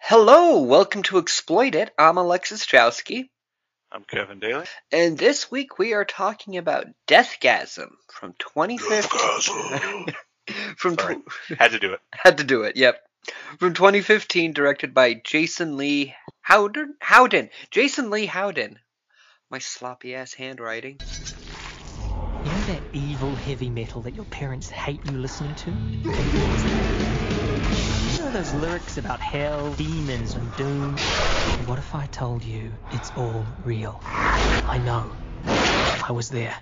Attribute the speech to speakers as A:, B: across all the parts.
A: Hello, welcome to Exploit It. I'm Alexis Chowsky,
B: I'm Kevin Daly.
A: and this week we are talking about Deathgasm from 2015. From
B: Sorry.
A: tw-
B: Had to do it.
A: had to do it. Yep, from 2015, directed by Jason Lee Howden. Howden. Jason Lee Howden. My sloppy ass handwriting.
C: You know that evil heavy metal that your parents hate you listening to? You know those lyrics about hell, demons, and doom? What if I told you it's all real? I know. I was there.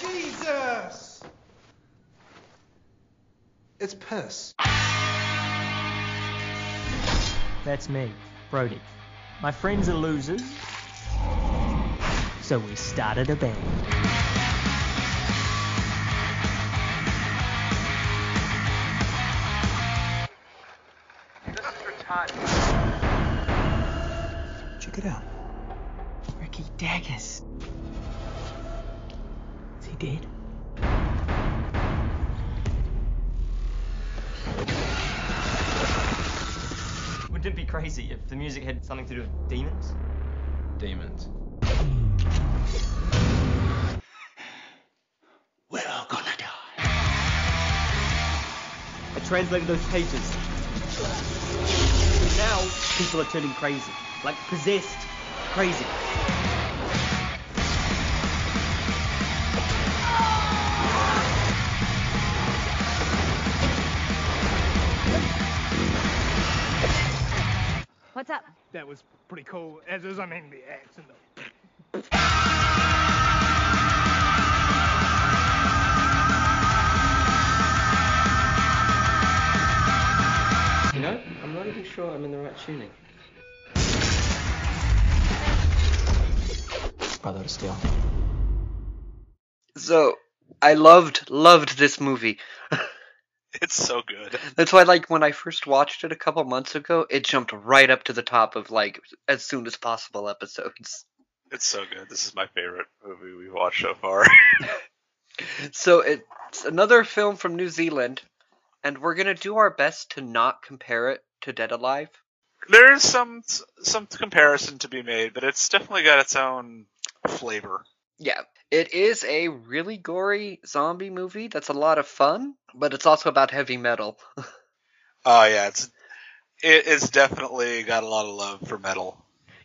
D: Jesus! It's piss.
C: That's me, Brody. My friends are losers. So we started a band.
D: Check it out.
C: Ricky Daggers. Is he dead?
E: Wouldn't it be crazy if the music had something to do with demons? Demons.
D: We're all gonna die.
E: I translated those pages. Now people are turning crazy, like possessed, crazy.
F: What's up?
G: that was pretty cool. As is, I mean, the axe and the
E: You know, I'm not even sure I'm in the right tuning.
C: Brother of Steel.
A: So I loved loved this movie.
B: It's so good.
A: That's why, like, when I first watched it a couple months ago, it jumped right up to the top of like as soon as possible episodes.
B: It's so good. This is my favorite movie we've watched so far.
A: So it's another film from New Zealand, and we're gonna do our best to not compare it to Dead Alive.
B: There is some some comparison to be made, but it's definitely got its own flavor.
A: Yeah, it is a really gory zombie movie that's a lot of fun, but it's also about heavy metal.
B: Oh yeah, it's it, it's definitely got a lot of love for metal.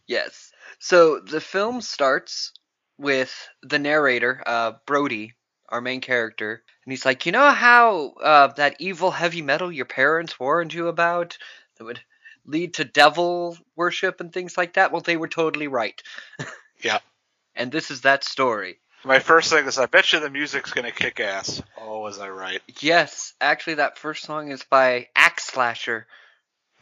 A: Yes. So the film starts with the narrator, uh, Brody, our main character, and he's like, "You know how uh, that evil heavy metal your parents warned you about that would lead to devil worship and things like that? Well, they were totally right."
B: Yeah.
A: And this is that story.
B: My first thing is, I bet you the music's gonna kick ass. Oh, was I right?
A: Yes, actually, that first song is by Axe Slasher,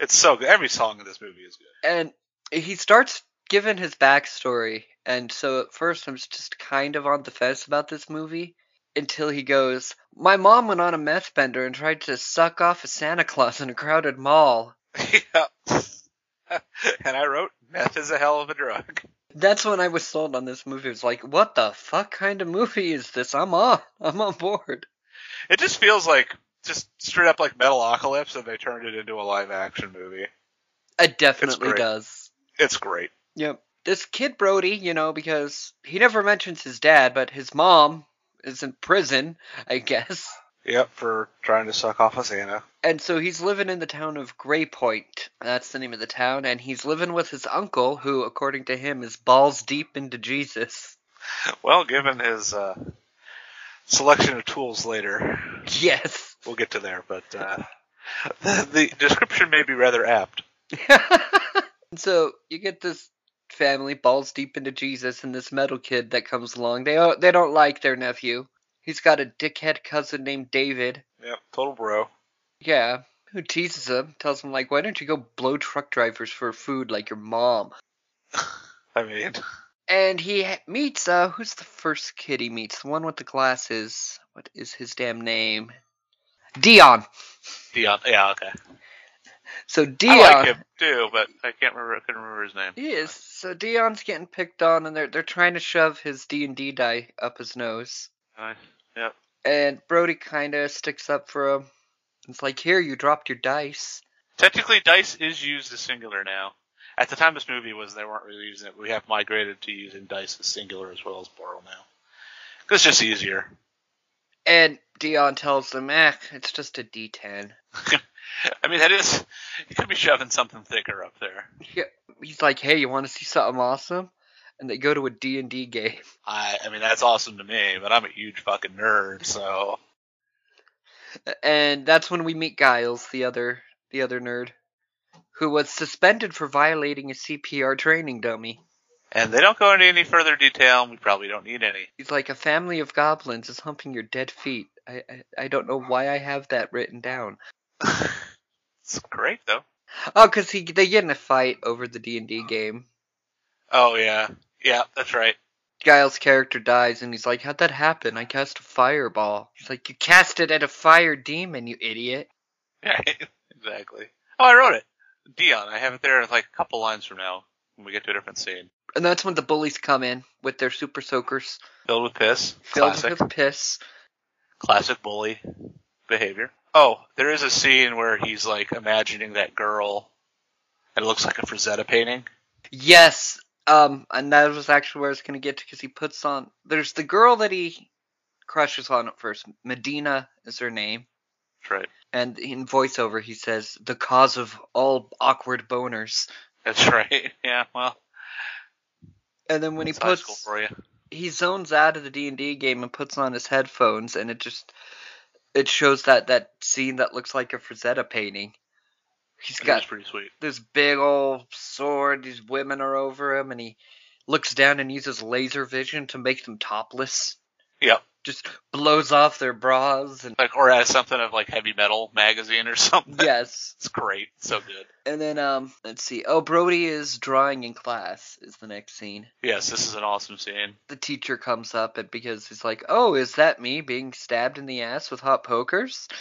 B: It's so good. Every song in this movie is good.
A: and he starts giving his backstory and so at first i'm just kind of on the fence about this movie until he goes my mom went on a meth bender and tried to suck off a santa claus in a crowded mall
B: yeah. and I wrote, meth is a hell of a drug.
A: that's when i was sold on this movie it was like what the fuck kind of movie is this i'm on i'm on board
B: It just feels like just straight up like Metalocalypse, and they turned it into a live action movie.
A: it definitely
B: great.
A: does
B: It's great.
A: Yep. This kid Brody, you know, because he never mentions his dad, but his mom is in prison, I guess.
B: Yep, for trying to suck off a Santa.
A: And so he's living in the town of Gray Point. That's the name of the town. And he's living with his uncle, who, according to him, is balls deep into Jesus.
B: Well, given his uh, selection of tools later,
A: Yes.
B: we'll get to there. But uh, the, the description may be rather apt.
A: And so you get this family balls deep into Jesus and this metal kid that comes along. They don't- they don't like their nephew. He's got a dickhead cousin named David.
B: Yep, total bro.
A: Yeah. Who teases him, tells him, like, why don't you go blow truck drivers for food like your mom?
B: I mean,
A: And he ha- meets uh who's the first kid he meets? The one with the glasses. What is his damn name? Dion.
B: Dion. Yeah, okay.
A: So Dion
B: I like him too, but I can't remember. I couldn't remember his name.
A: He is. So Dion's getting picked on and they're they're trying to shove his D&D die up his nose.
B: Uh,
A: And Brody kind of sticks up for him. It's like, here, you dropped your dice.
B: Technically, dice is used as singular now. At the time this movie was, they weren't really using it. We have migrated to using dice as singular as well as plural now. 'Cause it's just easier.
A: And Dion tells them, eh, it's just a D10.
B: I mean, that is. You could be shoving something thicker up there.
A: He's like, hey, you want to see something awesome? And they go to a D&D game.
B: I, I mean, that's awesome to me, but I'm a huge fucking nerd, so.
A: And that's when we meet Giles, the other the other nerd, who was suspended for violating a CPR training dummy.
B: And they don't go into any further detail, and we probably don't need any.
A: He's like, a family of goblins is humping your dead feet. I, I, I don't know why I have that written down.
B: It's great, though.
A: Oh, because he, they get in a fight over the D&D game.
B: Oh, yeah. Yeah, that's right.
A: Giles' character dies, and he's like, how'd that happen? I cast a fireball. He's like, you cast it at a fire demon, you idiot.
B: Yeah, exactly. Oh, I wrote it. Dion, I have it there like a couple lines from now when we get to a different scene.
A: And that's when the bullies come in with their super soakers
B: Filled with piss.
A: filled
B: Classic.
A: with piss.
B: classic bully behavior. Oh, there is a scene where he's like imagining that girl, and it looks like a Frazetta painting.
A: Yes, um, and that was actually where I was going to get to because he puts on. There's the girl that he crushes on at first. Medina is her name.
B: That's right.
A: And in voiceover, he says, the cause of all awkward boners.
B: That's right. Yeah. Well,
A: And then when
B: it's
A: he
B: high school
A: puts.
B: for you.
A: he zones out of the D and D game and puts on his headphones, and it just it shows that that scene that looks like a Frazetta painting. He's
B: It was
A: got
B: pretty sweet.
A: this big old sword. These women are over him, and he looks down and uses laser vision to make them topless.
B: Yep.
A: Just blows off their bras, and
B: Like, or as something of like heavy metal magazine or something.
A: yes.
B: It's great. So good.
A: And then um, let's see. Oh, Brody is drawing in class. Is the next scene.
B: Yes, this is an awesome scene.
A: The teacher comes up and because he's like, "Oh, is that me being stabbed in the ass with hot pokers?"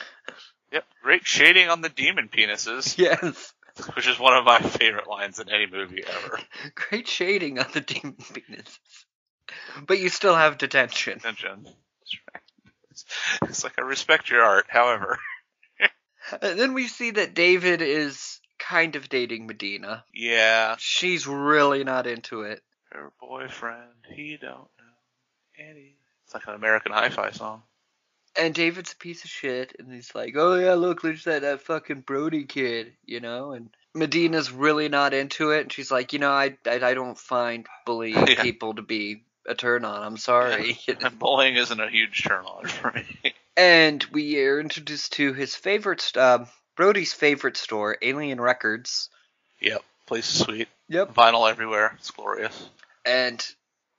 B: Yep. Great shading on the demon penises,
A: Yes.
B: which is one of my favorite lines in any movie ever.
A: Great shading on the demon penises. But you still have detention.
B: Attention. It's like I respect your art, however.
A: And Uh, then we see that David is kind of dating Medina.
B: Yeah.
A: She's really not into it.
B: her boyfriend. He don't know any. It's like an American Hi-Fi song.
A: And David's a piece of shit, and he's like, oh yeah, look, there's that, that fucking Brody kid, you know? And Medina's really not into it, and she's like, you know, I, I, I don't find bullying
B: Yeah.
A: people to be a turn on. I'm sorry.
B: And bullying isn't a huge turn on for me.
A: And we are introduced to his favorite, st- um, Brody's favorite store, Alien Records.
B: yep, place is sweet.
A: Yep.
B: Vinyl everywhere. It's glorious.
A: and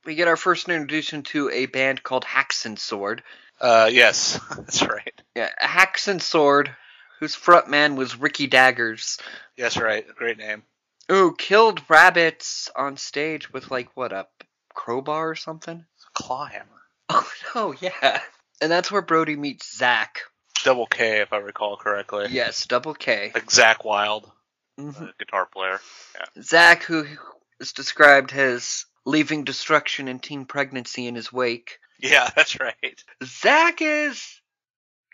A: we get our first introduction to a band called Haxon Sword.
B: Uh, yes, that's right.
A: Yeah, Haxon Sword, whose frontman was Ricky Daggers,
B: Yes, right. Great name.
A: who killed rabbits on stage with like what a crowbar or something.
B: It's a claw hammer.
A: Oh no, yeah. And that's where Brody meets Zach.
B: Double K, if I recall correctly.
A: Yes, double K.
B: Like Zach Wild,
A: Mhm.
B: the guitar player.
A: Zach, who is described as leaving destruction and teen pregnancy in his wake.
B: Yeah, that's right.
A: Zach is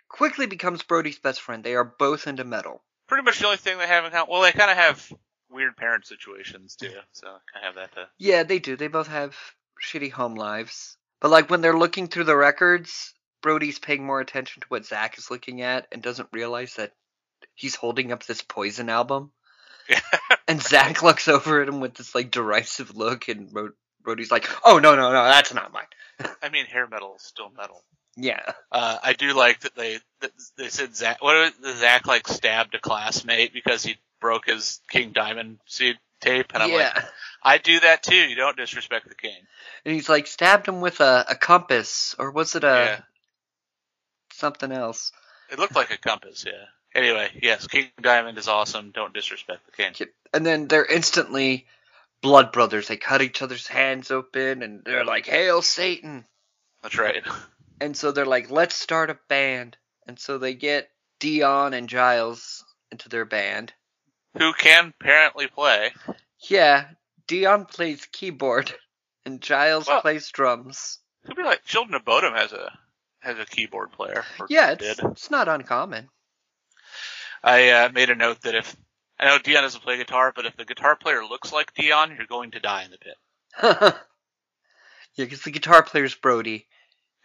A: quickly becomes Brody's best friend. They are both into metal.
B: Pretty much the only thing they have in common. Well, they kind of have weird parent situations too, so I have that to.
A: Yeah, they do. They both have shitty home lives. But like when they're looking through the records, Brody's paying more attention to what Zach is looking at and doesn't realize that he's holding up this poison album. and Zach looks over at him with this like derisive look and Bro- Brody's like, Oh no no no, that's not mine.
B: I mean, hair metal is still metal.
A: Yeah.
B: Uh, I do like that they that they said Zach. What was- that Zach like stabbed a classmate because he broke his King Diamond seed tape, and I'm
A: yeah.
B: like, I do that too. You don't disrespect the king.
A: and he's like stabbed him with a, a compass or was it a
B: Yeah.
A: something else?
B: It looked like a compass. Yeah. Anyway, yes, King Diamond is awesome. Don't disrespect the king.
A: and then they're instantly blood brothers. They cut each other's hands open and they're like, Hail Satan!
B: That's right.
A: And so they're like, Let's start a band. And so they get Dion and Giles into their band.
B: Who can apparently play?
A: Yeah, Dion plays keyboard and Giles
B: Well-
A: plays drums.
B: Could be like Children of Bodom has a has a keyboard player. or
A: Yeah, it's,
B: did.
A: it's not uncommon.
B: I uh, made a note that if I know Dion doesn't play guitar, but if the guitar player looks like Dion, you're going to die in the pit.
A: yeah, because the guitar player's Brody.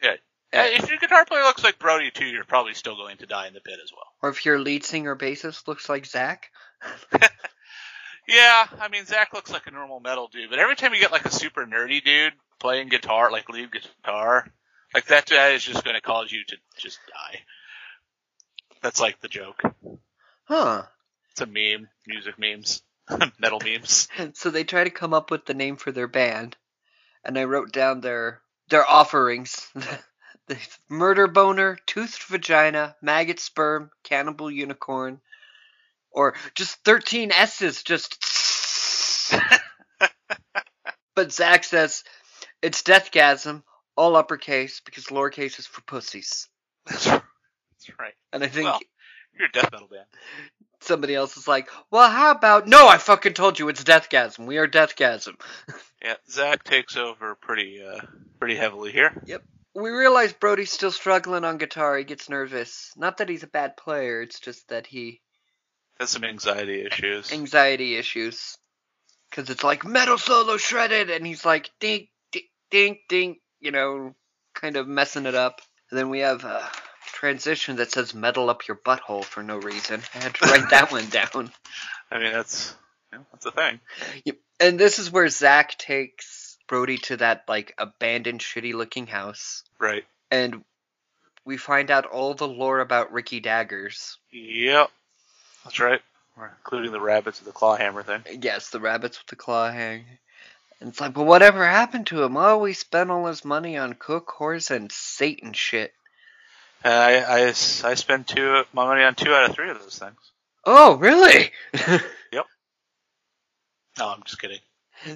B: Yeah.
A: Uh,
B: Hey, if your guitar player looks like Brody too, you're probably still going to die in the pit as well.
A: or if your lead singer bassist looks like Zach.
B: Yeah, I mean Zach looks like a normal metal dude, but every time you get like a super nerdy dude playing guitar, like lead guitar, like that guy is just going to cause you to just die. That's like the joke.
A: Huh.
B: It's a meme, music memes, metal memes.
A: So they try to come up with the name for their band, and I wrote down their their offerings: the murder boner, toothed vagina, maggot sperm, cannibal unicorn, or just thirteen S's. Just. but Zach says it's deathgasm, all uppercase because lowercase is for pussies,
B: That's right.
A: and I think.
B: Well. You're a death metal band.
A: Somebody else is like, well, how about? No, I fucking told you, it's deathgasm. We are deathgasm.
B: Yeah, Zach takes over pretty uh, pretty heavily here.
A: we realize Brody's still struggling on guitar. He gets nervous. Not that he's a bad player, it's just that he
B: Has some anxiety issues.
A: anxiety issues. Cause it's like metal solo shredded, and he's like dink dink dink dink, you know, kind of messing it up. And then we have a transition that says metal up your butthole for no reason. I had to write that one down.
B: I mean, that's yeah, that's a thing.
A: And this is where Zach takes Brody to that like abandoned, shitty-looking house,
B: Right.
A: and we find out all the lore about Ricky Daggers.
B: Yep. That's right. We're including the rabbits and the claw hammer thing.
A: Yes, the rabbits with the claw hang. And it's like, well, whatever happened to him? Oh, he spent all his money on cook, horse, and Satan shit.
B: Uh, I, I s- I spend two my money on two out of three of those things.
A: Oh, really?
B: No, I'm just kidding.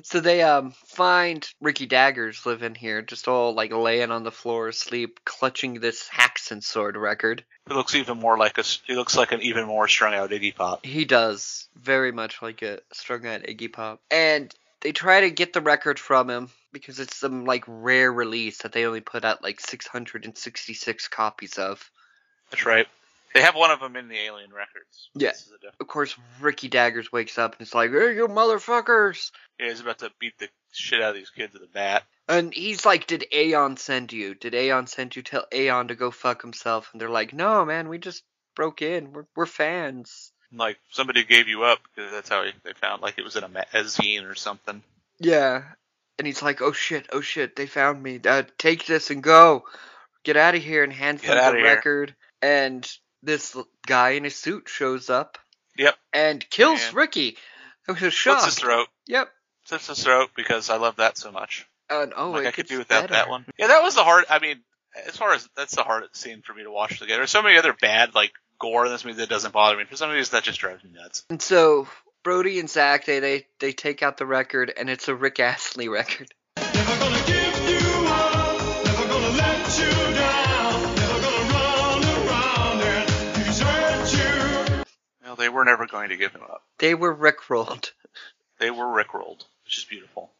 A: so they um find Ricky Daggers living here, just all like laying on the floor asleep, clutching this Haxon sword record.
B: He looks even more like a s- he looks like an even more strung out Iggy Pop.
A: He does very much like a strung out Iggy Pop. And they try to get the record from him because it's some like rare release that they only put out like 666 copies of.
B: That's right. They have one of them in the Alien records.
A: Yeah.
B: This is a diff-
A: of course, Ricky Daggers wakes up and it's like, hey, you motherfuckers.
B: yeah, he's about to beat the shit out of these kids with a bat.
A: And he's like, did Aeon send you? Did Aeon send you? Tell Aeon to go fuck himself. And they're like, no, man, we just broke in. We're, we're fans.
B: Like somebody gave you up because that's how he, they found like it was in a, ma- a zine or something.
A: Yeah. And he's like, oh shit, oh shit, they found me. Uh, take this and go. Get out of here and hands
B: Get
A: them
B: outta
A: the
B: here.
A: record. And this l- guy in a suit shows up.
B: Yep.
A: And kills
B: Yeah.
A: Ricky. I was
B: What's
A: shocked.
B: his throat?
A: Yep.
B: Slips his throat because I love that so much.
A: And, oh,
B: like
A: it
B: I could
A: gets
B: do without that
A: better.
B: one. Yeah, that was the hard. I mean, as far as that's the hardest scene for me to watch together. There's so many other bad like gore in this movie that doesn't bother me. For some reason, that just drives me nuts.
A: And so Brody and Zach they they, they take out the record and it's a Rick Astley record.
D: Never gonna give you up. Never gonna let you down. Never gonna run around and desert you.
B: Well, they were never going to give him up.
A: They were rickrolled.
B: They were rickrolled, which is beautiful.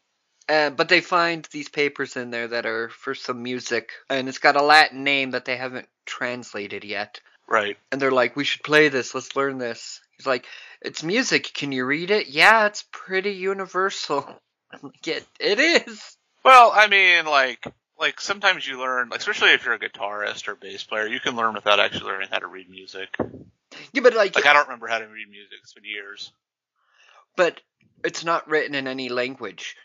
A: Uh, but they find these papers in there that are for some music and it's got a Latin name that they haven't translated yet.
B: Right.
A: And they're like, "We should play this. Let's learn this." He's like, "It's music. Can you read it?" "Yeah, it's pretty universal." I'm like, "It it is."
B: Well, I mean, like like sometimes you learn, like, especially if you're a guitarist or bass player, you can learn without actually learning how to read music.
A: Yeah, but like,
B: Like I don't remember how to read music. It's been years.
A: but it's not written in any language.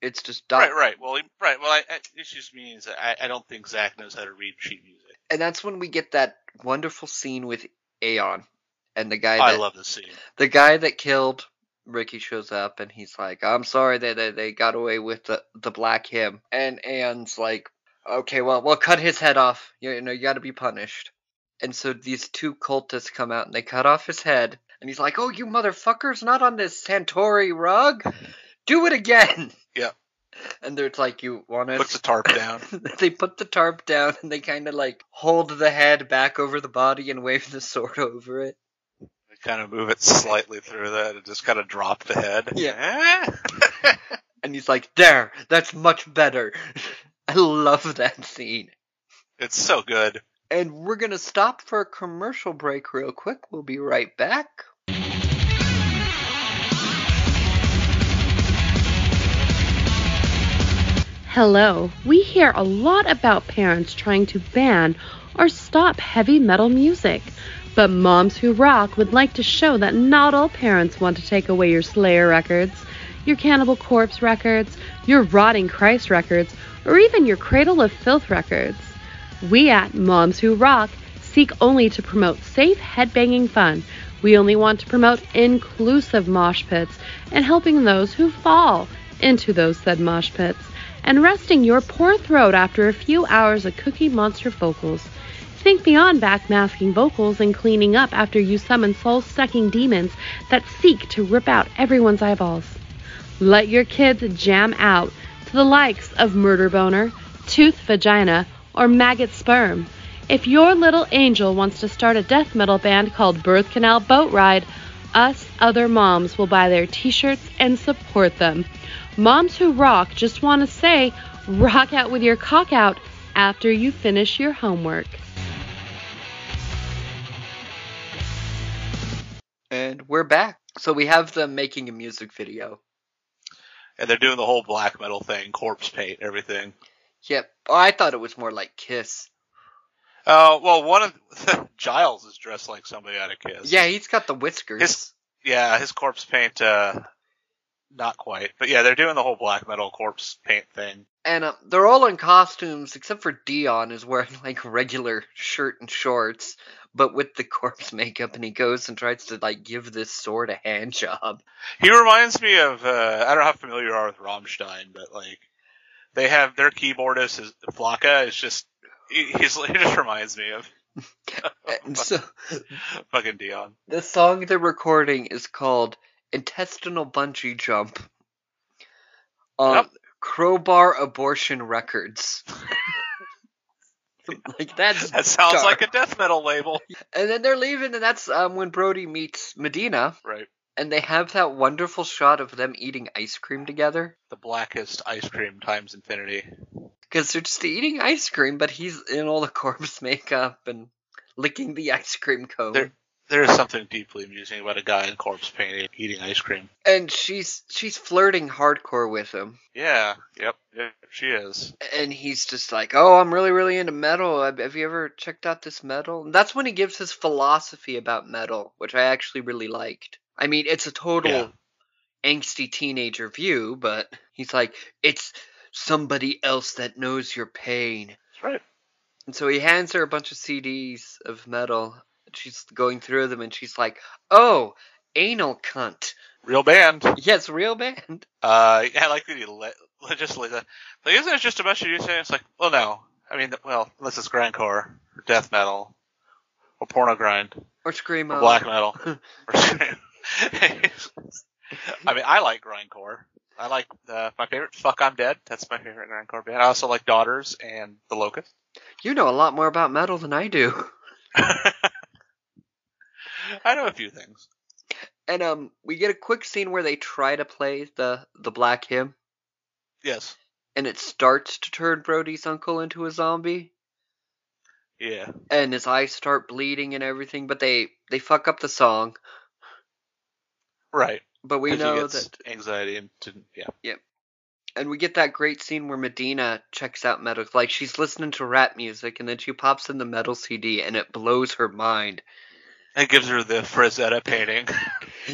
A: It's just done.
B: Right. Right. Well. he- Right. Well. I, I, it just means that I, I don't think Zach knows how to read sheet music.
A: and that's when we get that wonderful scene with Aeon and the guy
B: I
A: that
B: love this scene.
A: the guy that killed Ricky shows up and he's like, "I'm sorry that they, they got away with the the black him." And Aeon's like, "Okay, well, we'll cut his head off. You, you know, you got to be punished." And so these two cultists come out and they cut off his head, and he's like, "Oh, you motherfuckers, not on this Santori rug. Do it again."
B: Yeah.
A: And they're like, "You want us
B: Puts the tarp down.
A: they put the tarp down and they kind of like hold the head back over the body and wave the sword over it.
B: They kind of move it slightly through that and just kind of drop the head. Yeah.
A: And he's like, "There, that's much better." I love that scene.
B: It's so good.
A: And we're going to stop for a commercial break real quick. We'll be right back.
F: Hello. We hear a lot about parents trying to ban or stop heavy metal music. But Moms Who Rock would like to show that not all parents want to take away your Slayer records, your Cannibal Corpse records, your Rotting Christ records, or even your Cradle of Filth records. We at Moms Who Rock seek only to promote safe headbanging fun. We only want to promote inclusive mosh pits and helping those who fall into those said mosh pits and resting your poor throat after a few hours of Cookie Monster vocals. Think beyond backmasking vocals and cleaning up after you summon soul sucking demons that seek to rip out everyone's eyeballs. Let your kids jam out to the likes of Murder Boner, Tooth Vagina, or Maggot Sperm. If your little angel wants to start a death metal band called Birth Canal Boat Ride, us other moms will buy their t shirts and support them. Moms who rock just want to say, rock out with your cock out after you finish your homework.
A: And we're back. So we have them making a music video.
B: And they're doing the whole black metal thing, corpse paint, everything.
A: Yep. Oh, I thought it was more like Kiss.
B: Oh, well, one of Giles is dressed like somebody out of Kiss.
A: Yeah, he's got the whiskers.
B: His- yeah, his corpse paint, uh, not quite. But yeah, they're doing the whole black metal corpse paint thing.
A: And uh, they're all in costumes except for Dion is wearing like regular shirt and shorts, but with the corpse makeup. And he goes and tries to like give this sword a hand job.
B: He reminds me of, uh, I don't know how familiar you are with Rammstein, but like, they have their keyboardist, is, Flocka, is just, he, he's, he just reminds me of
A: And so
B: fucking Dion.
A: the song they're recording is called "Intestinal Bungee Jump" on
B: Yep.
A: Crowbar Abortion Records. like that's
B: That sounds
A: Dark.
B: like a death metal label.
A: and then they're leaving, and that's um, when Brody meets Medina,
B: Right.
A: and they have that wonderful shot of them eating ice cream together.
B: The blackest ice cream times infinity.
A: Because they're just eating ice cream, but he's in all the corpse makeup and licking the ice cream cone.
B: They're- There is something deeply amusing about a guy in corpse paint eating ice cream.
A: And she's she's flirting hardcore with him.
B: Yeah, yep, yep she is.
A: and he's just like, "Oh, I'm really, really into metal. Have have you ever checked out this metal?" And that's when he gives his philosophy about metal, which I actually really liked. I mean, it's a total
B: Yeah.
A: angsty teenager view, but he's like, "It's somebody else that knows your pain."
B: That's right.
A: And so he hands her a bunch of CDs of metal. and She's going through them, and she's like, "Oh, anal cunt.
B: Real band.
A: Yes, real band."
B: Uh, yeah, I like that he le- legitimately. Like, isn't it just a bunch of you saying it's like, well, no. I mean, well, unless it's grindcore, or death metal, or porno grind,
A: Or
B: or
A: screamo.
B: black metal. or I mean, I like grindcore. I like uh, my favorite. Fuck, I'm dead. That's my favorite grindcore band. I also like Daughters and The Locust.
A: You know a lot more about metal than I do.
B: I know a few things.
A: And um, we get a quick scene where they try to play the the black hymn,
B: Yes.
A: and it starts to turn Brody's uncle into a zombie,
B: Yeah.
A: and his eyes start bleeding and everything. But they they fuck up the song.
B: Right.
A: But we
B: 'Cause he
A: know
B: gets
A: that,
B: anxiety and didn't- yeah.
A: and we get that great scene where Medina checks out metal, like she's listening to rap music, and then she pops in the metal CD, and it blows her mind.
B: It gives her the Frazetta painting.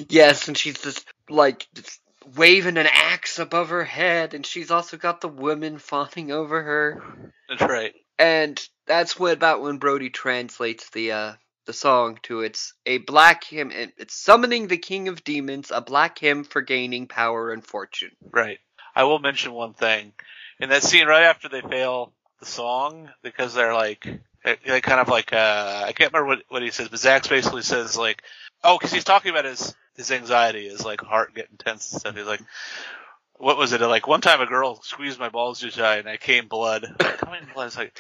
A: Yes, and she's just like just waving an axe above her head, and she's also got the woman fawning over her.
B: That's right.
A: and that's what about when Brody translates the uh the song to it's a black hymn it- it's summoning the king of demons a black hymn for gaining power and fortune
B: Right. I will mention one thing. In that scene right after they fail the song, because they're like, they, they kind of like, uh, I can't remember what, what he says, but Zach's basically says like, oh, cause he's talking about his, his anxiety, his like heart getting tense and stuff. He's like, what was it? Like one time a girl squeezed my balls too tight and I came blood. Like, coming blood is like,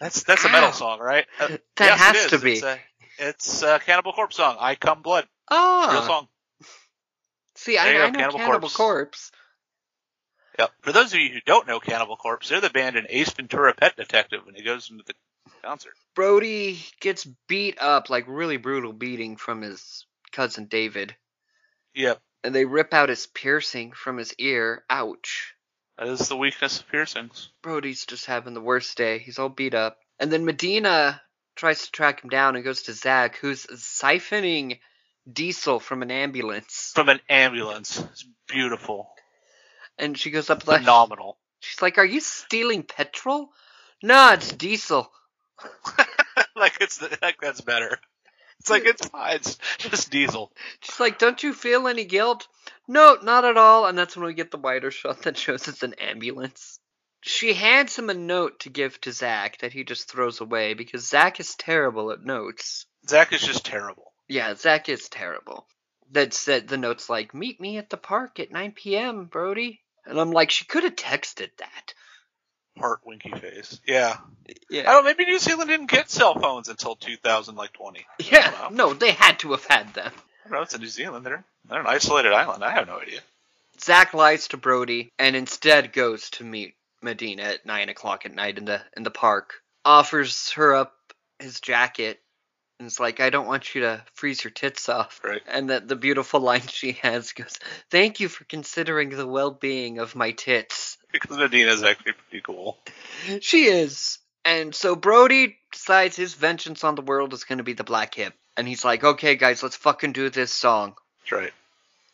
B: that's, that's a
A: Ow.
B: metal song, right? Uh,
A: that
B: yes,
A: has
B: it is.
A: to be
B: It's a, it's a Cannibal Corpse song. I come blood. Real
A: ah
B: song.
A: see I,
B: There you go,
A: I know
B: Cannibal
A: cannibal,
B: Corpse.
A: corpse.
B: Yep. For those of you who don't know Cannibal Corpse, they're the band in Ace Ventura: Pet Detective when he goes into the concert.
A: Brody gets beat up like really brutal beating from his cousin David,
B: Yep.
A: and they rip out his piercing from his ear. Ouch.
B: That is the weakness of piercings.
A: Brody's just having the worst day. He's all beat up. And then Medina tries to track him down and goes to Zach, who's siphoning diesel from an ambulance.
B: From an ambulance. It's beautiful.
A: And she goes up like,
B: Phenomenal.
A: she's like, "Are you stealing petrol? Nah, it's diesel."
B: like it's the, like that's better. It's like it's fine. It's just diesel.
A: She's like, "Don't you feel any guilt?" No, not at all. And that's when we get the wider shot that shows it's an ambulance. She hands him a note to give to Zach that he just throws away because Zach is terrible at notes.
B: Zach is just terrible.
A: Yeah, Zach is terrible. That said, the note's like, "Meet me at the park at 9 p.m., Brody." And I'm like, she could have texted that.
B: Heart winky face. Yeah. I
A: Yeah.
B: don't. Maybe New Zealand didn't get cell phones until 2000, like 20.
A: Yeah. No, they had to have had them.
B: I don't know. It's in New Zealand. They're they're an isolated island. I have no idea.
A: Zach lies to Brody and instead goes to meet Medina at nine o'clock at night in the in the park. Offers her up his jacket and is like, "I don't want you to freeze your tits off."
B: Right.
A: And that the beautiful line she has goes, "Thank you for considering the well-being of my tits."
B: Because Medina is actually pretty cool.
A: She is. And so Brody decides his vengeance on the world is going to be the Black Hip, and he's like, "Okay, guys, let's fucking do this song."
B: That's right.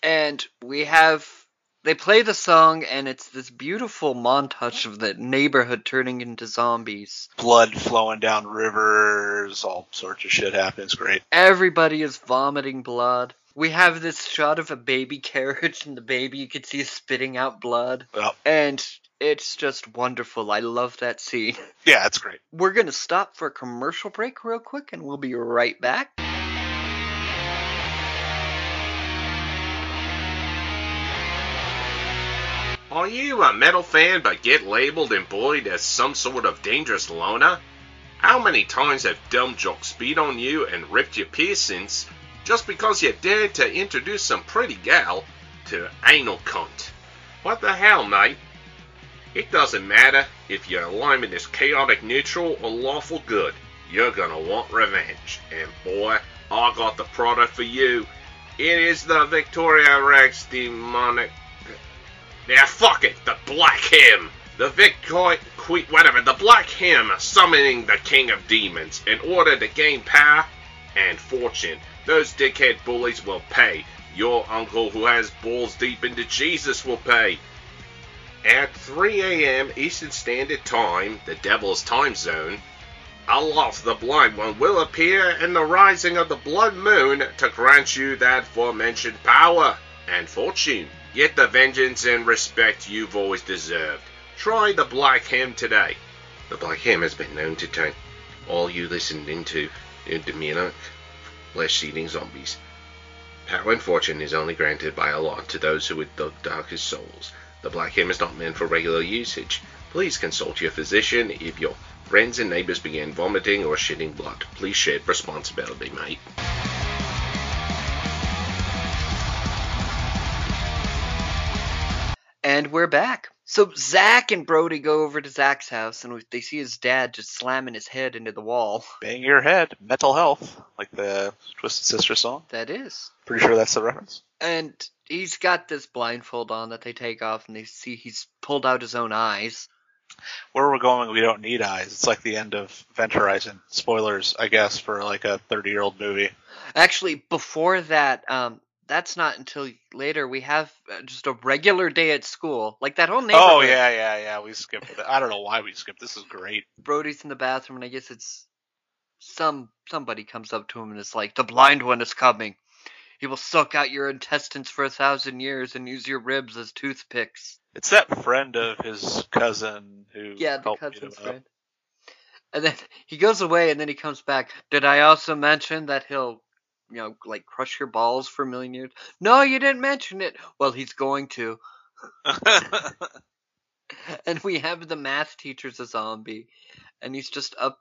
A: and we have they play the song and it's this beautiful montage of the neighborhood turning into zombies
B: Blood flowing down rivers. All sorts of shit happens. Great.
A: everybody is vomiting blood we have this shot of a baby carriage and the baby you can see is spitting out blood
B: Well,
A: and it's just wonderful i love that scene
B: yeah, it's great.
A: we're going to stop for a commercial break real quick and we'll be right back
H: Are you a metal fan but get labeled and bullied as some sort of dangerous loner? How many times have dumb jocks beat on you and ripped your piercings just because you dared to introduce some pretty gal to anal cunt? What the hell, mate? It doesn't matter if your alignment is chaotic neutral or lawful good. You're gonna want revenge. And boy, I got the product for you. It is the Victoria Rex Demonic now fuck it, the Black Hymn. The Victoid, que- whatever, the Black Hymn summoning the King of Demons in order to gain power and fortune. Those dickhead bullies will pay. Your uncle who has balls deep into Jesus will pay. At 3 a.m. Eastern Standard Time, the Devil's Time Zone, Allah the Blind One will appear in the rising of the Blood Moon to grant you that forementioned power and fortune. Get the vengeance and respect you've always deserved. Try the Black Hymn today. The Black Hymn has been known to turn all you listening to into uh, demonic, flesh-eating zombies. Power and fortune is only granted by Allah to those who with the darkest souls. The Black Hymn is not meant for regular usage. Please consult your physician if your friends and neighbors begin vomiting or shitting blood. Please share responsibility, mate.
A: And we're back. So Zach and Brody go over to Zach's house, and they see his dad just slamming his head into the wall.
B: Bang your head. Mental health. Like the Twisted Sister song.
A: That is.
B: Pretty sure that's the reference.
A: And he's got this blindfold on that they take off, and they see he's pulled out his own eyes.
B: where we're going, we don't need eyes. It's like the end of Vent Horizon. Spoilers, I guess, for like a 30 year old movie.
A: Actually, before that, um, that's not until later. We have uh, just a regular day at school, like that whole neighborhood.
B: Oh, yeah, yeah, yeah. We skipped that. I don't know why we skipped. This is great.
A: Brody's in the bathroom, and I guess it's some somebody comes up to him and is like, "The blind one is coming. He will suck out your intestines for a thousand years and use your ribs as toothpicks."
B: It's that friend of his cousin who
A: Yeah, the
B: helped beat
A: cousin's
B: him up.
A: friend. And then he goes away, and then he comes back. Did I also mention that he'll, you know, like crush your balls for a million years? No, you didn't mention it. Well, he's going to. And we have the math teacher's a zombie, and he's just up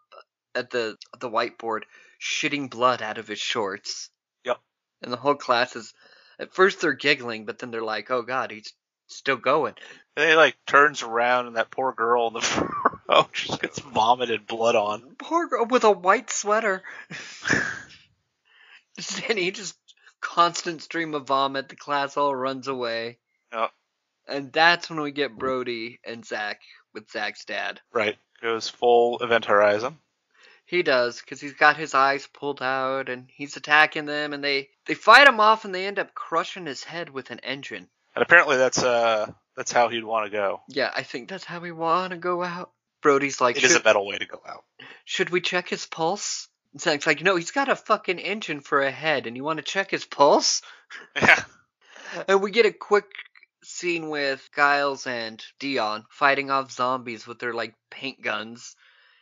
A: at the at the whiteboard shitting blood out of his shorts.
B: Yep.
A: And the whole class is, at first they're giggling, but then they're like, "Oh God, he's still going."
B: and he like turns around and that poor girl in the front Oh, she just gets vomited blood on.
A: Poor girl with a white sweater. Zinni just constant stream of vomit. The class all runs away.
B: Yep.
A: And that's when we get Brody and Zach with Zach's dad.
B: Right. Goes full Event Horizon.
A: He does because he's got his eyes pulled out and he's attacking them, and they they fight him off, and they end up crushing his head with an engine.
B: And apparently that's uh that's how he'd want to go.
A: Yeah, I think that's how we want to go out. Brody's like,
B: It is
A: should,
B: a metal way to go out.
A: should we check his pulse? And Zach's like, no, he's got a fucking engine for a head, and you want to check his pulse?
B: Yeah.
A: And Uh, we get a quick scene with Giles and Dion fighting off zombies with their like paint guns.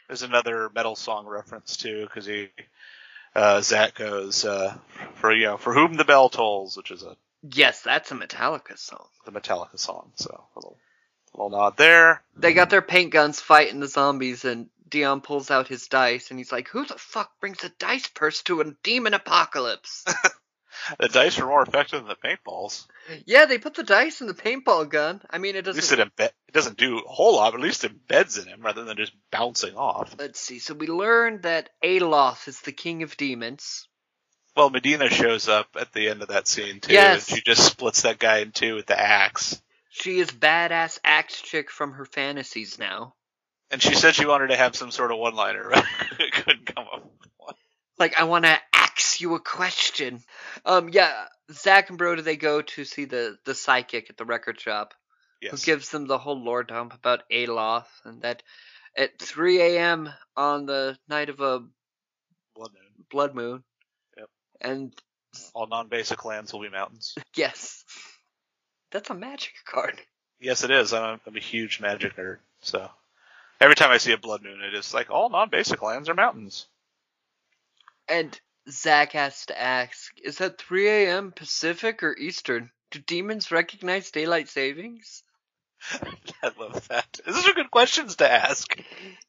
B: There's another metal song reference too, because he uh, Zach goes uh, for you know for whom the bell tolls, which is a
A: Yes, that's a Metallica song.
B: the Metallica song. So a little, little nod there.
A: They got their paint guns fighting the zombies, and Dion pulls out his dice and he's like, Who the fuck brings a dice purse to a demon apocalypse?
B: The dice are more effective than the paintballs.
A: yeah, they put the dice in the paintball gun. I mean, it
B: At least
A: doesn't.
B: it, imbe- it doesn't do a whole lot, but at least it embeds in him rather than just bouncing off.
A: Let's see. So we learned that Aloth is the king of demons.
B: Well, Medina shows up at the end of that scene too,
A: Yes.
B: and she just splits that guy in two with the axe.
A: She is badass axe chick from her fantasies now.
B: And she said she wanted to have some sort of one-liner, but couldn't come up. with one.
A: like I want to ask you a question. Um, yeah, Zach and Brody they go to see the the psychic at the record shop,
B: Yes.
A: who gives them the whole lore dump about Aloth and that at 3 a.m. on the night of a
B: Blood moon.
A: blood moon.
B: Yep.
A: And
B: All non-basic lands will be mountains.
A: yes, that's a magic card.
B: Yes, it is. I'm a, I'm a huge magic nerd, so every time I see a blood moon, it is like all non-basic lands are mountains.
A: And Zach has to ask, is that 3 a.m. Pacific or Eastern? Do demons recognize daylight savings?
B: I love that. These are good questions to ask.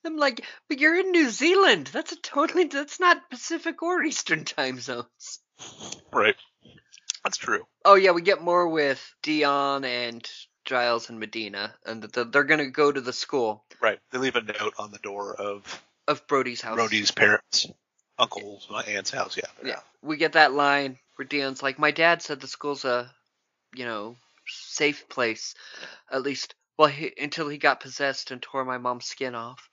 A: I'm like, but you're in New Zealand. That's a totally that's not Pacific or Eastern time zones.
B: Right. That's true.
A: Oh yeah, we get more with Dion and Giles and Medina, and that they're gonna go to the school
B: Right. They leave a note on the door of
A: of Brody's house.
B: Brody's parents, uncle's, my aunt's house. Yeah.
A: Yeah, we get that line where Dion's like, my dad said the school's a, you know, safe place, at least. Well, he, until he got possessed and tore my mom's skin off.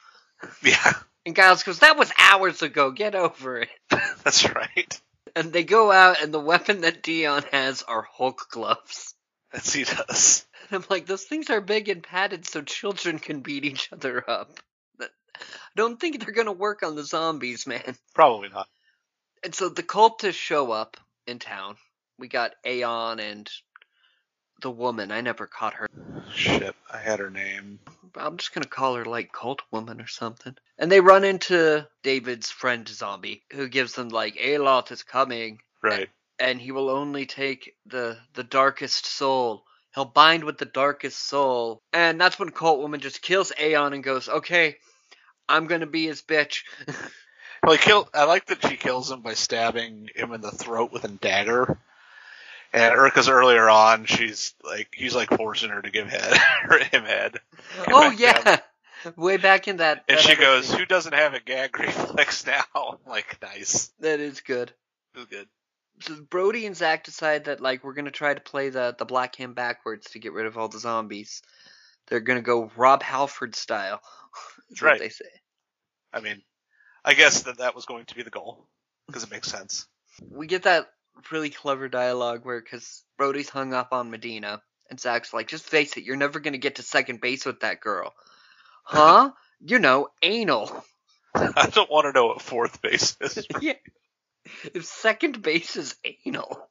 B: Yeah.
A: And Giles goes, that was hours ago. Get over it.
B: That's right.
A: And they go out, and the weapon that Dion has are Hulk gloves.
B: That's he does.
A: I'm like, those things are big and padded so children can beat each other up. But I don't think they're going to work on the zombies, man.
B: Probably not.
A: And so the cultists show up in town. We got Aeon and the woman. I never caught her.
B: Shit. I had her name.
A: I'm just going to call her like cult woman or something. And they run into David's friend zombie who gives them like Aloth is coming
B: Right.
A: and he will only take the the darkest soul. He'll bind with the darkest soul. And that's when Colt Woman just kills Aeon and goes, Okay, I'm gonna be his bitch.
B: Well, he kill. I like that she kills him by stabbing him in the throat with a dagger. And Erica's earlier on, she's like, he's like forcing her to give head, or him head.
A: oh
B: back
A: yeah. Way back in that
B: And
A: that
B: she
A: other
B: goes,
A: scene.
B: "Who doesn't have a gag reflex now?" I'm like, nice.
A: That is good.
B: It was good.
A: So Brody and Zach decide that like we're gonna try to play the the black hand backwards to get rid of all the zombies. They're gonna go Rob Halford style. That's
B: right.
A: They say.
B: I mean, I guess that that was going to be the goal because it makes sense.
A: we get that really clever dialogue where because Brody's hung up on Medina and Zach's like, just face it, you're never gonna get to second base with that girl, huh? you know, anal.
B: I don't want to know what fourth base is.
A: yeah. If second base is anal,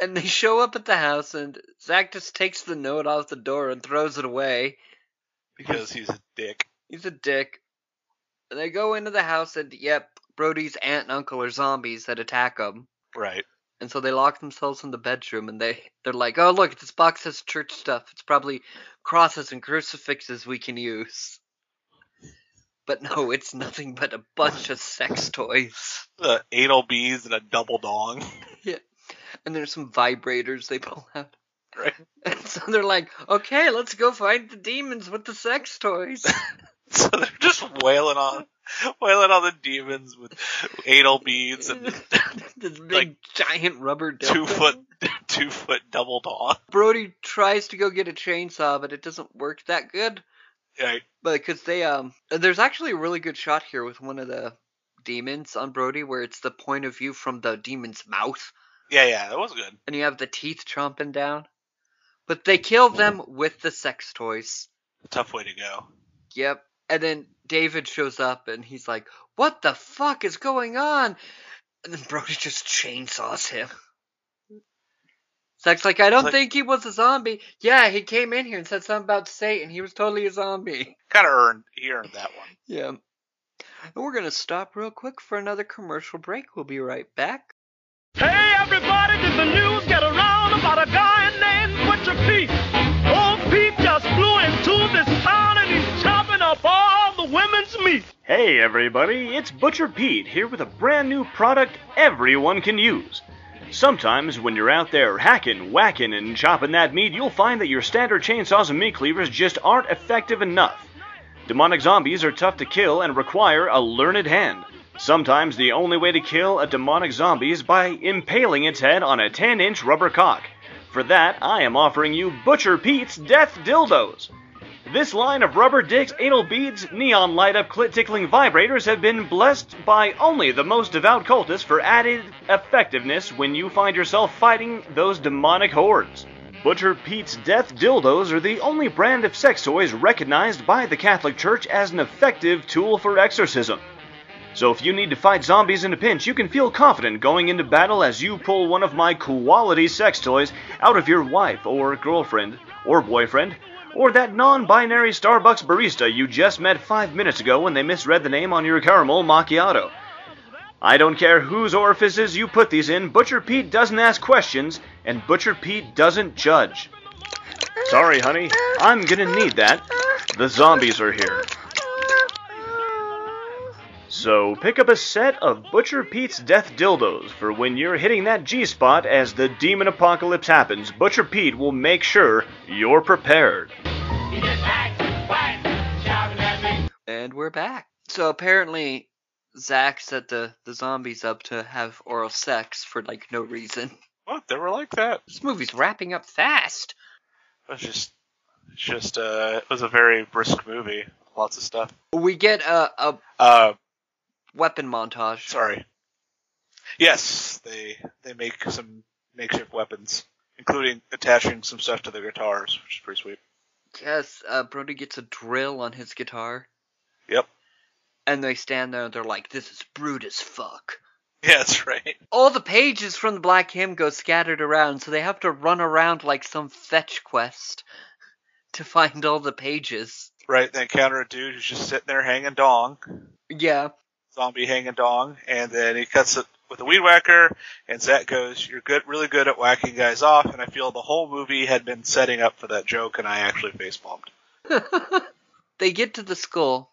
A: and they show up at the house and Zach just takes the note off the door and throws it away.
B: because he's a dick.
A: He's a dick. And they go into the house and yep, Brody's aunt and uncle are zombies that attack him.
B: Right.
A: And so they lock themselves in the bedroom and they, they're like, oh, look, this box has church stuff. It's probably crosses and crucifixes we can use. But no, it's nothing but a bunch of sex toys.
B: The anal beads and a double dong.
A: And there's some vibrators they pull out.
B: right?
A: so they're like, okay, let's go find the demons with the sex toys.
B: So they're just wailing on, wailing on the demons with anal beads and
A: this big
B: Like,
A: giant rubber dildo.
B: two foot, two foot double dog.
A: Brody tries to go get a chainsaw, but it doesn't work that good.
B: Right?
A: But because they um, there's actually a really good shot here with one of the demons on Brody, where it's the point of view from the demon's mouth,
B: Yeah, yeah, that was good.
A: and you have the teeth chomping down. But they kill them with the sex toys.
B: Tough way to go.
A: Yep. And then David shows up and he's like, "What the fuck is going on?" And then Brody just chainsaws him. Zach's like, "I don't
B: Like-
A: think he was a zombie. Yeah, he came in here and said something about Satan. He was totally a zombie."
B: Kind of earned, he earned that one.
A: Yeah. And we're gonna stop real quick for another commercial break. We'll be right back.
G: Hey, everybody, did the news get around about a guy named Butcher Pete? Old Pete just flew into this town and he's chopping up all the women's meat.
I: Hey everybody, it's Butcher Pete here with a brand new product everyone can use. Sometimes when you're out there hacking, whacking, and chopping that meat, you'll find that your standard chainsaws and meat cleavers just aren't effective enough. Demonic zombies are tough to kill and require a learned hand. Sometimes the only way to kill a demonic zombie is by impaling its head on a 10 inch rubber cock. For that, I am offering you Butcher Pete's Death Dildos. This line of rubber dicks, anal beads, neon light up clit tickling vibrators have been blessed by only the most devout cultists for added effectiveness when you find yourself fighting those demonic hordes. Butcher Pete's Death Dildos are the only brand of sex toys recognized by the Catholic Church as an effective tool for exorcism. So if you need to fight zombies in a pinch, you can feel confident going into battle as you pull one of my quality sex toys out of your wife or girlfriend or boyfriend or that non-binary Starbucks barista you just met 5 minutes ago when they misread the name on your caramel macchiato. I don't care whose orifices you put these in, Butcher Pete doesn't ask questions and Butcher Pete doesn't judge. Sorry, honey. I'm going to need that. The zombies are here. So pick up a set of Butcher Pete's Death Dildos for when you're hitting that G spot as the demon apocalypse happens. Butcher Pete will make sure you're prepared.
A: And we're back. So apparently, Zach set the the zombies up to have oral sex for like no reason.
B: What? Oh, They were like that.
A: This movie's wrapping up fast.
B: It was just, it's just, uh, it was a very brisk movie. Lots of stuff.
A: We get a, a
B: Uh,
A: weapon montage.
B: Sorry. Yes, they they make some makeshift weapons, including attaching some stuff to the guitars, which is pretty sweet.
A: Yes, uh, Brody gets a drill on his guitar,
B: Yep.
A: and they stand there and they're like, "This is brute as fuck."
B: Yeah, that's right.
A: All the pages from the Black Hymn go scattered around, so they have to run around like some fetch quest to find all the pages.
B: Right. They encounter a dude who's just sitting there hanging dong,
A: Yeah,
B: zombie hanging dong, and then he cuts it with a weed whacker, and Zach goes, "You're good, really good at whacking guys off," and I feel the whole movie had been setting up for that joke, and I actually face bumped.
A: they get to the school.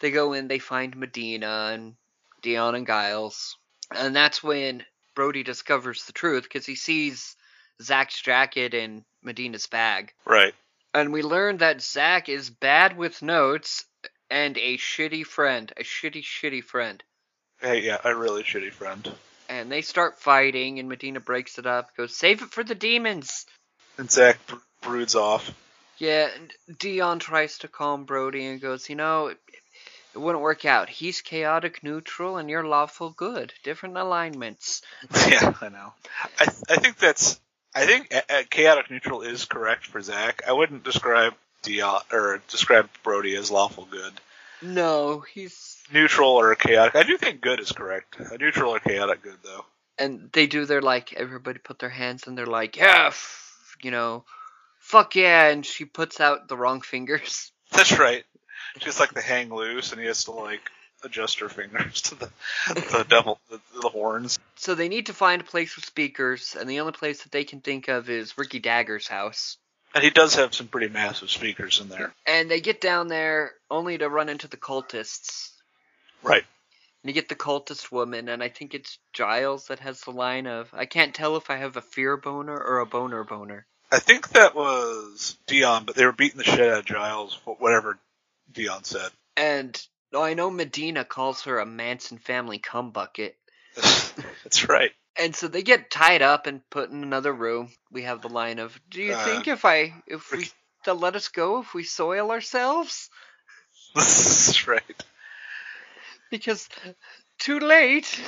A: They go in, they find Medina and Dion and Giles. And that's when Brody discovers the truth because he sees Zach's jacket and Medina's bag.
B: Right.
A: And we learn that Zach is bad with notes and a shitty friend. A shitty, shitty friend.
B: Hey, yeah, a really shitty friend.
A: And they start fighting, and Medina breaks it up, goes, Save it for the demons!
B: And Zach br- broods off.
A: Yeah, and Dion tries to calm Brody and goes, you know, it, it wouldn't work out. He's chaotic neutral and you're lawful good. Different alignments.
B: Yeah, I know. I th- I think that's I think uh, uh, chaotic neutral is correct for Zach. I wouldn't describe Dion or describe Brody as lawful good.
A: No, he's
B: Neutral or chaotic. I do think good is correct. A neutral or chaotic good though.
A: and they do their like everybody put their hands and they're like, yeah, f-, you know, fuck yeah, and she puts out the wrong fingers.
B: That's right. She's like to hang loose, and he has to like adjust her fingers to the the devil the, the horns.
A: So they need to find a place with speakers, and the only place that they can think of is Ricky Dagger's house.
B: And he does have some pretty massive speakers in there.
A: And they get down there only to run into the cultists
B: Right.
A: And you get the cultist woman, and I think it's Giles that has the line of, I can't tell if I have a fear boner or a boner boner.
B: I think that was Dion, but they were beating the shit out of Giles for whatever Dion said.
A: And oh, I know Medina calls her a Manson family cum bucket.
B: That's right.
A: And so they get tied up and put in another room. We have the line of, "Do you
B: Uh,
A: think if I if we
B: Ricky-
A: they'll let us go if we soil ourselves?"
B: That's right.
A: Because too late.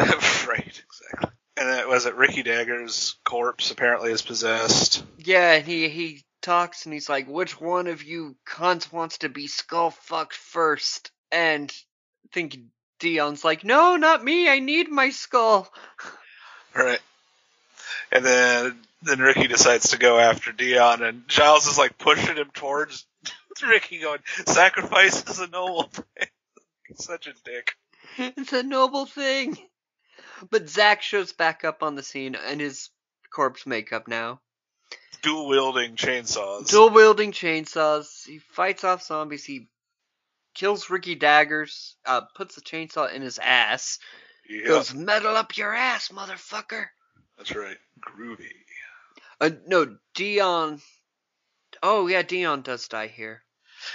B: right, exactly. And then it was it Ricky Dagger's corpse apparently is possessed.
A: Yeah, and he he talks and he's like, "Which one of you cons wants to be skull fucked first? And I think Dion's like, "No, not me. I need my skull."
B: Right. And then then Ricky decides to go after Dion and Giles is like pushing him towards Ricky going, Sacrifice is a noble thing. He's such a dick.
A: it's a noble thing. But Zack shows back up on the scene and his corpse makeup now.
B: Dual wielding chainsaws.
A: Dual wielding chainsaws. He fights off zombies. He kills Ricky Daggers. Uh, puts the chainsaw in his ass.
B: Yeah,
A: Goes metal up your ass, motherfucker.
B: That's right. Groovy.
A: Uh, no, Dion. Oh yeah, Dion does die here.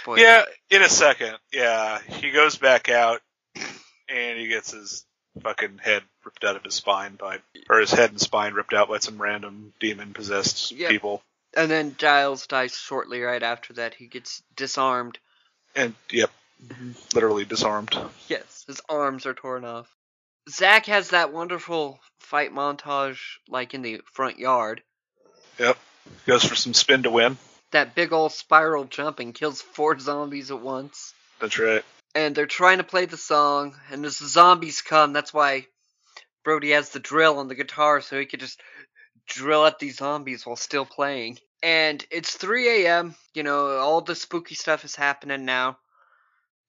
A: Spoiler.
B: Yeah, in a second. Yeah, he goes back out and he gets his fucking head ripped out of his spine by, or his head and spine ripped out by some random demon possessed
A: Yeah.
B: people.
A: And then Giles dies shortly right after that. He gets disarmed.
B: And yep,
A: Mm-hmm.
B: literally disarmed.
A: Yes, his arms are torn off. Zack has that wonderful fight montage, like in the front yard.
B: Goes for some spin to win.
A: That big old spiral jump and kills four zombies at once.
B: That's right.
A: And they're trying to play the song, and as the zombies come, that's why Brody has the drill on the guitar so he could just drill at these zombies while still playing. And it's 3 a.m., you know, all the spooky stuff is happening now.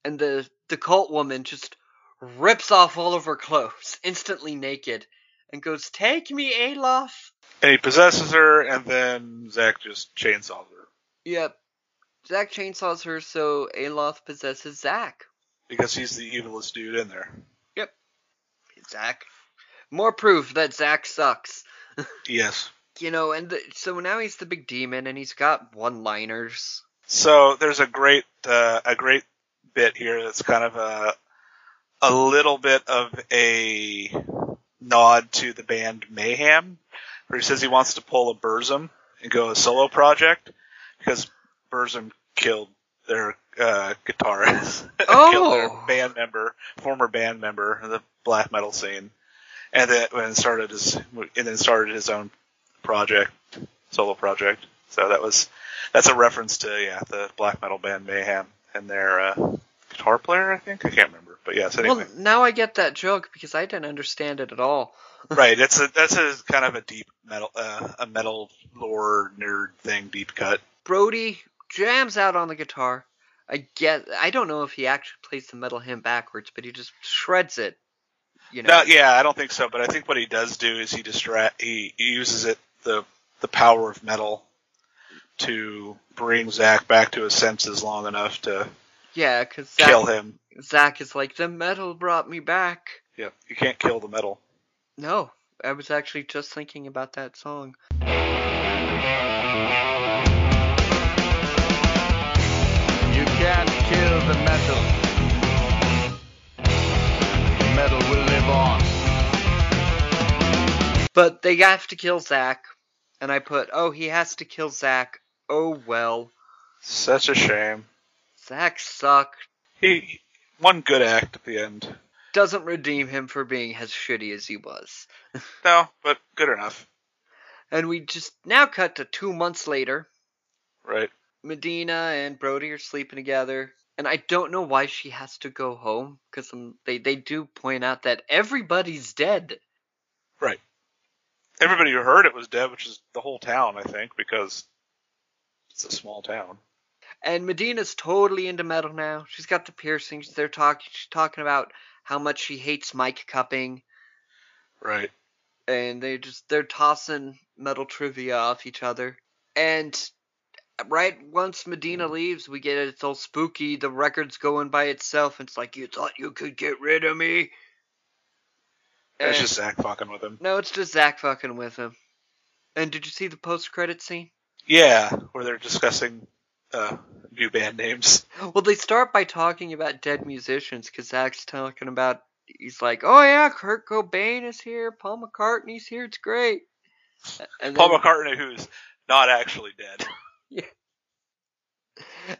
A: And the, the cult woman just rips off all of her clothes, instantly naked, and goes, Take me, Alof!
B: And he possesses her, and then Zack just chainsaws her
A: Yep. Zack chainsaws her, so Alof possesses Zack.
B: because he's the evilest dude in there.
A: Zack. More proof that Zack sucks.
B: Yes.
A: you know, and the, so now he's the big demon, and he's got one-liners.
B: So there's a great uh, a great bit here that's kind of a a little bit of a nod to the band Mayhem, where he says he wants to pull a Burzum and go a solo project because Burzum killed their uh, guitarist, killed their
A: Oh.
B: band member, former band member of the black metal scene, and then and started his and then started his own project, solo project. So that was that's a reference to yeah the black metal band Mayhem and their uh, guitar player I think I can't remember but yes anyway
A: Well, now I get that joke because I didn't understand it at all.
B: right that's a that's a kind of a deep metal uh, a metal lore nerd thing deep cut
A: Brody jams out on the guitar. I get. I don't know if he actually plays the metal hymn backwards, but he just shreds it. You know.
B: no yeah I don't think so but I think what he does do is he distract he, he uses it the the power of metal to bring Zack back to his senses long enough to
A: Yeah, because
B: kill
A: Zach,
B: him
A: Zach is like the metal brought me back.
B: yeah you can't kill the metal
A: No, I was actually just thinking about that song.
J: You can't kill the metal. Metal will live on.
A: But they have to kill Zach, and I put, oh, he has to kill Zach. Oh well,
B: such a shame
A: Zach sucked.
B: he one good act at the end
A: doesn't redeem him for being as shitty as he was.
B: no but good enough
A: And we just now cut to two months later.
B: right
A: Medina and Brody are sleeping together. And I don't know why she has to go home, because they, they do point out that everybody's dead.
B: everybody who heard it was dead, which is the whole town, I think, because it's a small town.
A: And Medina's totally into metal now. She's got the piercings. They're talking. She's talking about how much she hates Mike cupping,
B: Right.
A: and they just they're tossing metal trivia off each other. And right once Medina leaves, we get it's all spooky. The record's going by itself. It's like you thought you could get rid of me.
B: It's
A: And- Eh.
B: just Zach fucking with him.
A: no, it's just Zach fucking with him. And did you see the post credit scene?
B: Yeah, where they're discussing uh, new band names.
A: Well, they start by talking about dead musicians because Zach's talking about he's like, oh yeah, Kurt Cobain is here, Paul McCartney's here, it's great. And
B: Paul
A: then-
B: McCartney, who's not actually dead.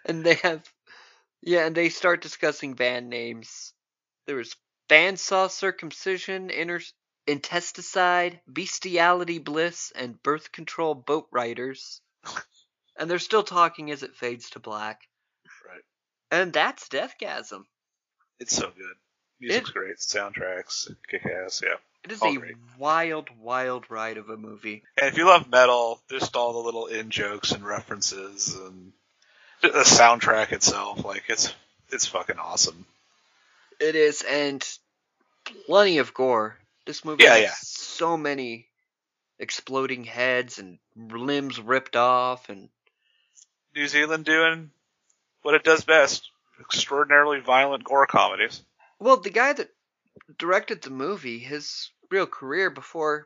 A: and they have yeah and they start discussing band names there was bandsaw circumcision inter- intesticide bestiality bliss and birth control boat riders and they're still talking as it fades to black
B: Right.
A: and that's deathgasm
B: It's so good. Music's great. Soundtracks, kick ass. Yeah.
A: it is
B: All
A: a
B: great.
A: wild wild ride of a movie
B: And if you love metal, just all the little in jokes and references and the soundtrack itself, like it's it's fucking awesome.
A: it is and plenty of gore this movie
B: Yeah,
A: has
B: yeah.
A: so many exploding heads and limbs ripped off and
B: New Zealand doing what it does best: extraordinarily violent gore comedies.
A: Well, the guy that directed the movie, his real career before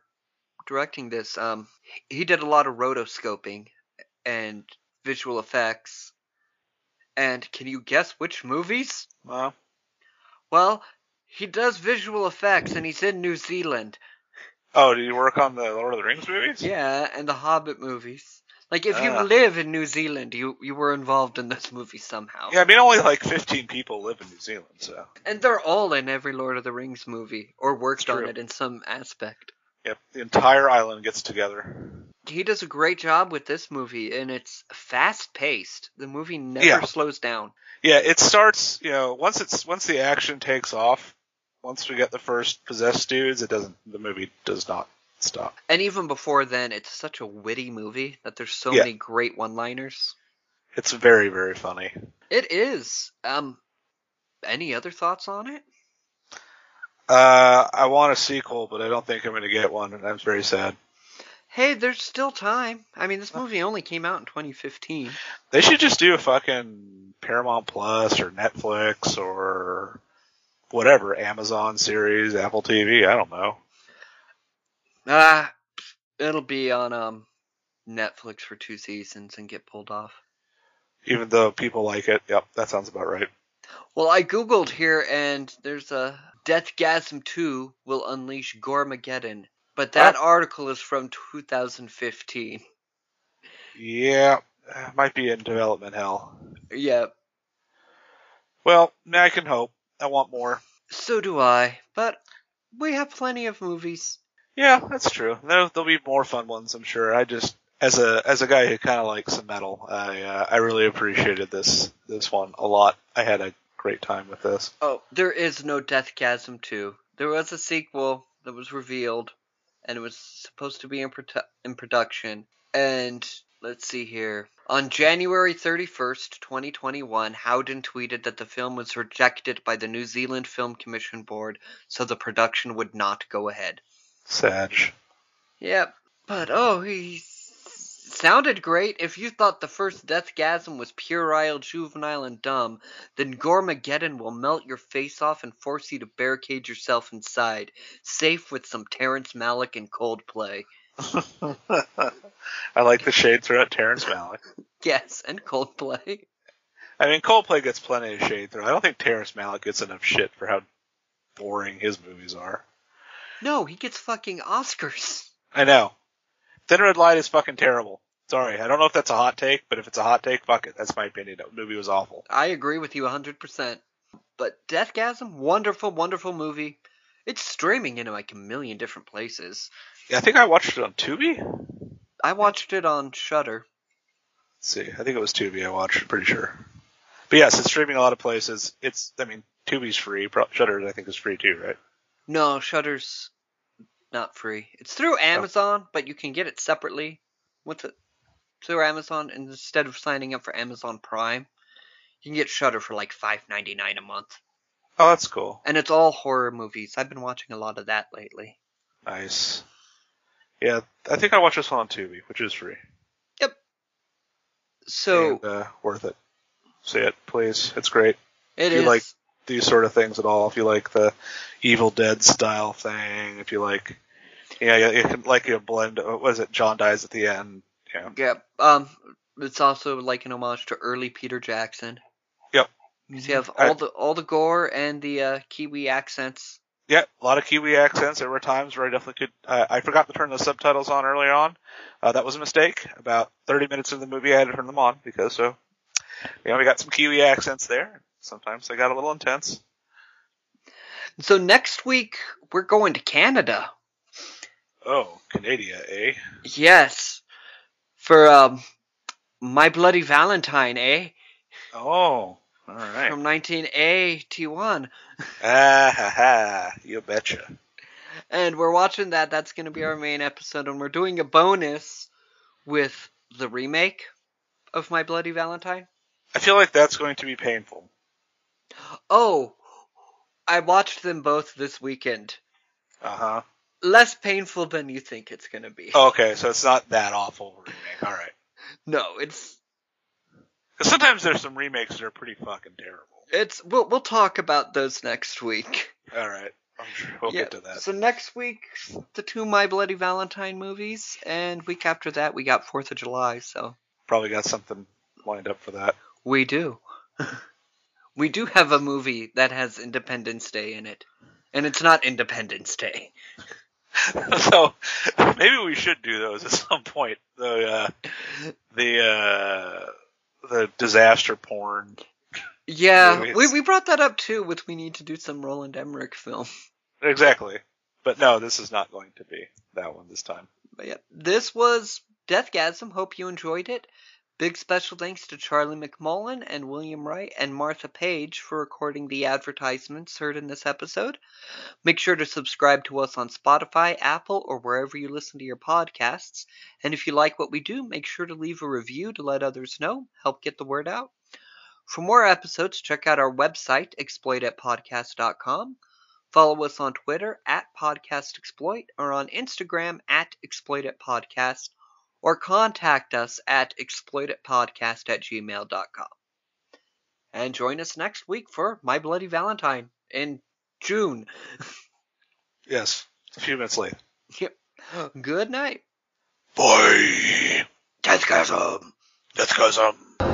A: directing this, um, he did a lot of rotoscoping and visual effects. And can you guess which movies?
B: Well,
A: Well, he does visual effects and he's in New Zealand.
B: oh, did you work on the Lord of the Rings movies?
A: Yeah, and the Hobbit movies. Like if
B: Ah.
A: you live in New Zealand, you you were involved in this movie somehow.
B: Yeah, I mean, only like 15 people live in New Zealand, so
A: And they're all in every Lord of the Rings movie or worked on
B: true.
A: it in some aspect.
B: yep, the entire island gets together.
A: he does a great job with this movie and it's fast paced the movie never
B: Yeah.
A: slows down
B: Yeah, it starts. You know, once it's once the action takes off, once we get the first possessed dudes, it doesn't. The movie does not stop.
A: and even before then it's such a witty movie that there's so
B: Yeah.
A: many great one liners
B: It's very very funny.
A: it is um any other thoughts on it
B: Uh, I want a sequel, but I don't think I'm going to get one, and I'm very sad.
A: hey there's still time i mean this movie only came out in 2015
B: They should just do a fucking Paramount Plus or Netflix or whatever Amazon series, Apple TV. I don't know.
A: ah it'll be on um netflix for two seasons and get pulled off
B: Even though people like it, yep, that sounds about right.
A: Well, I googled here, and there's a Deathgasm 2 will unleash Gormageddon, but that article is from 2015.
B: Yeah, it might be in development hell.
A: Yeah,
B: Well, I can hope. I want more.
A: so do I, but we have plenty of movies.
B: Yeah, that's true. There, there'll be more fun ones, I'm sure. I just, as a as a guy who kind of likes some metal, I uh, I really appreciated this this one a lot. I had a great time with this.
A: Oh, there is no Deathgasm 2. There was a sequel that was revealed, and it was supposed to be in, produ- in production. And let's see here. On January 31st, 2021, Howden tweeted that the film was rejected by the New Zealand Film Commission Board, so the production would not go ahead.
B: Sag.
A: Yep. But oh, he s- sounded great. If you thought the first Deathgasm was puerile, juvenile, and dumb, then Gormageddon will melt your face off and force you to barricade yourself inside, safe with some Terrence Malick and Coldplay.
B: I like the shade throughout Terrence Malick.
A: Yes, and Coldplay.
B: I mean, Coldplay gets plenty of shade through. I don't think Terrence Malick gets enough shit for how boring his movies are.
A: No, he gets fucking Oscars.
B: I know. Thin Red Light is fucking terrible. Sorry, I don't know if that's a hot take, but if it's a hot take, fuck it. That's my opinion. That movie was awful.
A: I agree with you 100%. But Deathgasm, wonderful, wonderful movie. It's streaming in like a million different places.
B: Yeah, I think I watched it on Tubi. Let's
A: I watched it on Shudder.
B: see, I think it was Tubi. I watched, pretty sure. But yes, it's streaming a lot of places. It's, I mean, Tubi's free. Pro- Shudder, I think, is free too, right?
A: No, Shutter's not free. It's
B: Oh.
A: through Amazon, but you can get it separately with it through Amazon and instead of signing up for Amazon Prime. You can get Shutter for like five ninety nine a month,
B: Oh, that's cool.
A: and it's all horror movies. I've been watching a lot of that lately.
B: Nice. Yeah, I think I watched this one on Tubi, which is free.
A: So
B: and, uh, worth it. See it, please. It's great.
A: it
B: you
A: is
B: like- These sort of things at all. If you like the Evil Dead style thing, if you like Yeah, yeah, it can like a blend. What was it? John dies at the end. Yeah.
A: Yeah. Um, it's also like an homage to early Peter Jackson.
B: Yep.
A: 'Cause you have
B: I-
A: all the all the gore and the uh, Kiwi accents.
B: Yeah, a lot of Kiwi accents. There were times where I definitely could. Uh, I forgot to turn the subtitles on early on. Uh, that was a mistake. About 30 minutes of the movie, I had to turn them on because so, you know, we got some Kiwi accents there. Sometimes they got a little intense.
A: So next week we're going to Canada.
B: Oh, Canada, eh?
A: Yes, for um, My Bloody Valentine, eh?
B: Oh, all right.
A: From 1981,
B: Ah ha ha! You betcha.
A: and we're watching that. That's going to be our main episode, and we're doing a bonus with the remake of My Bloody Valentine.
B: I feel like that's going to be painful.
A: Oh, I watched them both this weekend.
B: Uh huh.
A: Less painful than you think it's going to be.
B: Oh, Okay, so it's not that awful remake. All right.
A: No, it's
B: 'Cause sometimes there's some remakes that are pretty fucking terrible.
A: it's we'll we'll talk about those next week.
B: All right. I'm sure we'll
A: Yeah,
B: get to that.
A: So next week, the two My Bloody Valentine movies, and week after that, we got Fourth of July. So
B: Probably got something lined up for that.
A: we do, we do have a movie that has Independence Day in it, and it's not Independence Day.
B: so maybe we should do those at some point. The uh, the uh, the disaster porn.
A: Yeah,
B: Movies.
A: we we brought that up too with we need to do some Roland Emmerich film.
B: Exactly. But no, this is not going to be that one this time.
A: But yeah, this was Deathgasm. Hope you enjoyed it. Big special thanks to Charlie McMullen and William Wright and Martha Page for recording the advertisements heard in this episode. Make sure to subscribe to us on Spotify, Apple, or wherever you listen to your podcasts. And if you like what we do, make sure to leave a review to let others know, help get the word out. For more episodes, check out our website, exploitatpodcast.com. Follow us on Twitter at Podcast Exploit or on Instagram at Exploit It Podcast or contact us at exploititpodcast at gmail.com. And join us next week for My Bloody Valentine in June.
B: Yes. A few minutes later.
A: Yep. Good night.
B: Boy.
A: Deathgasm.
B: That's cause um.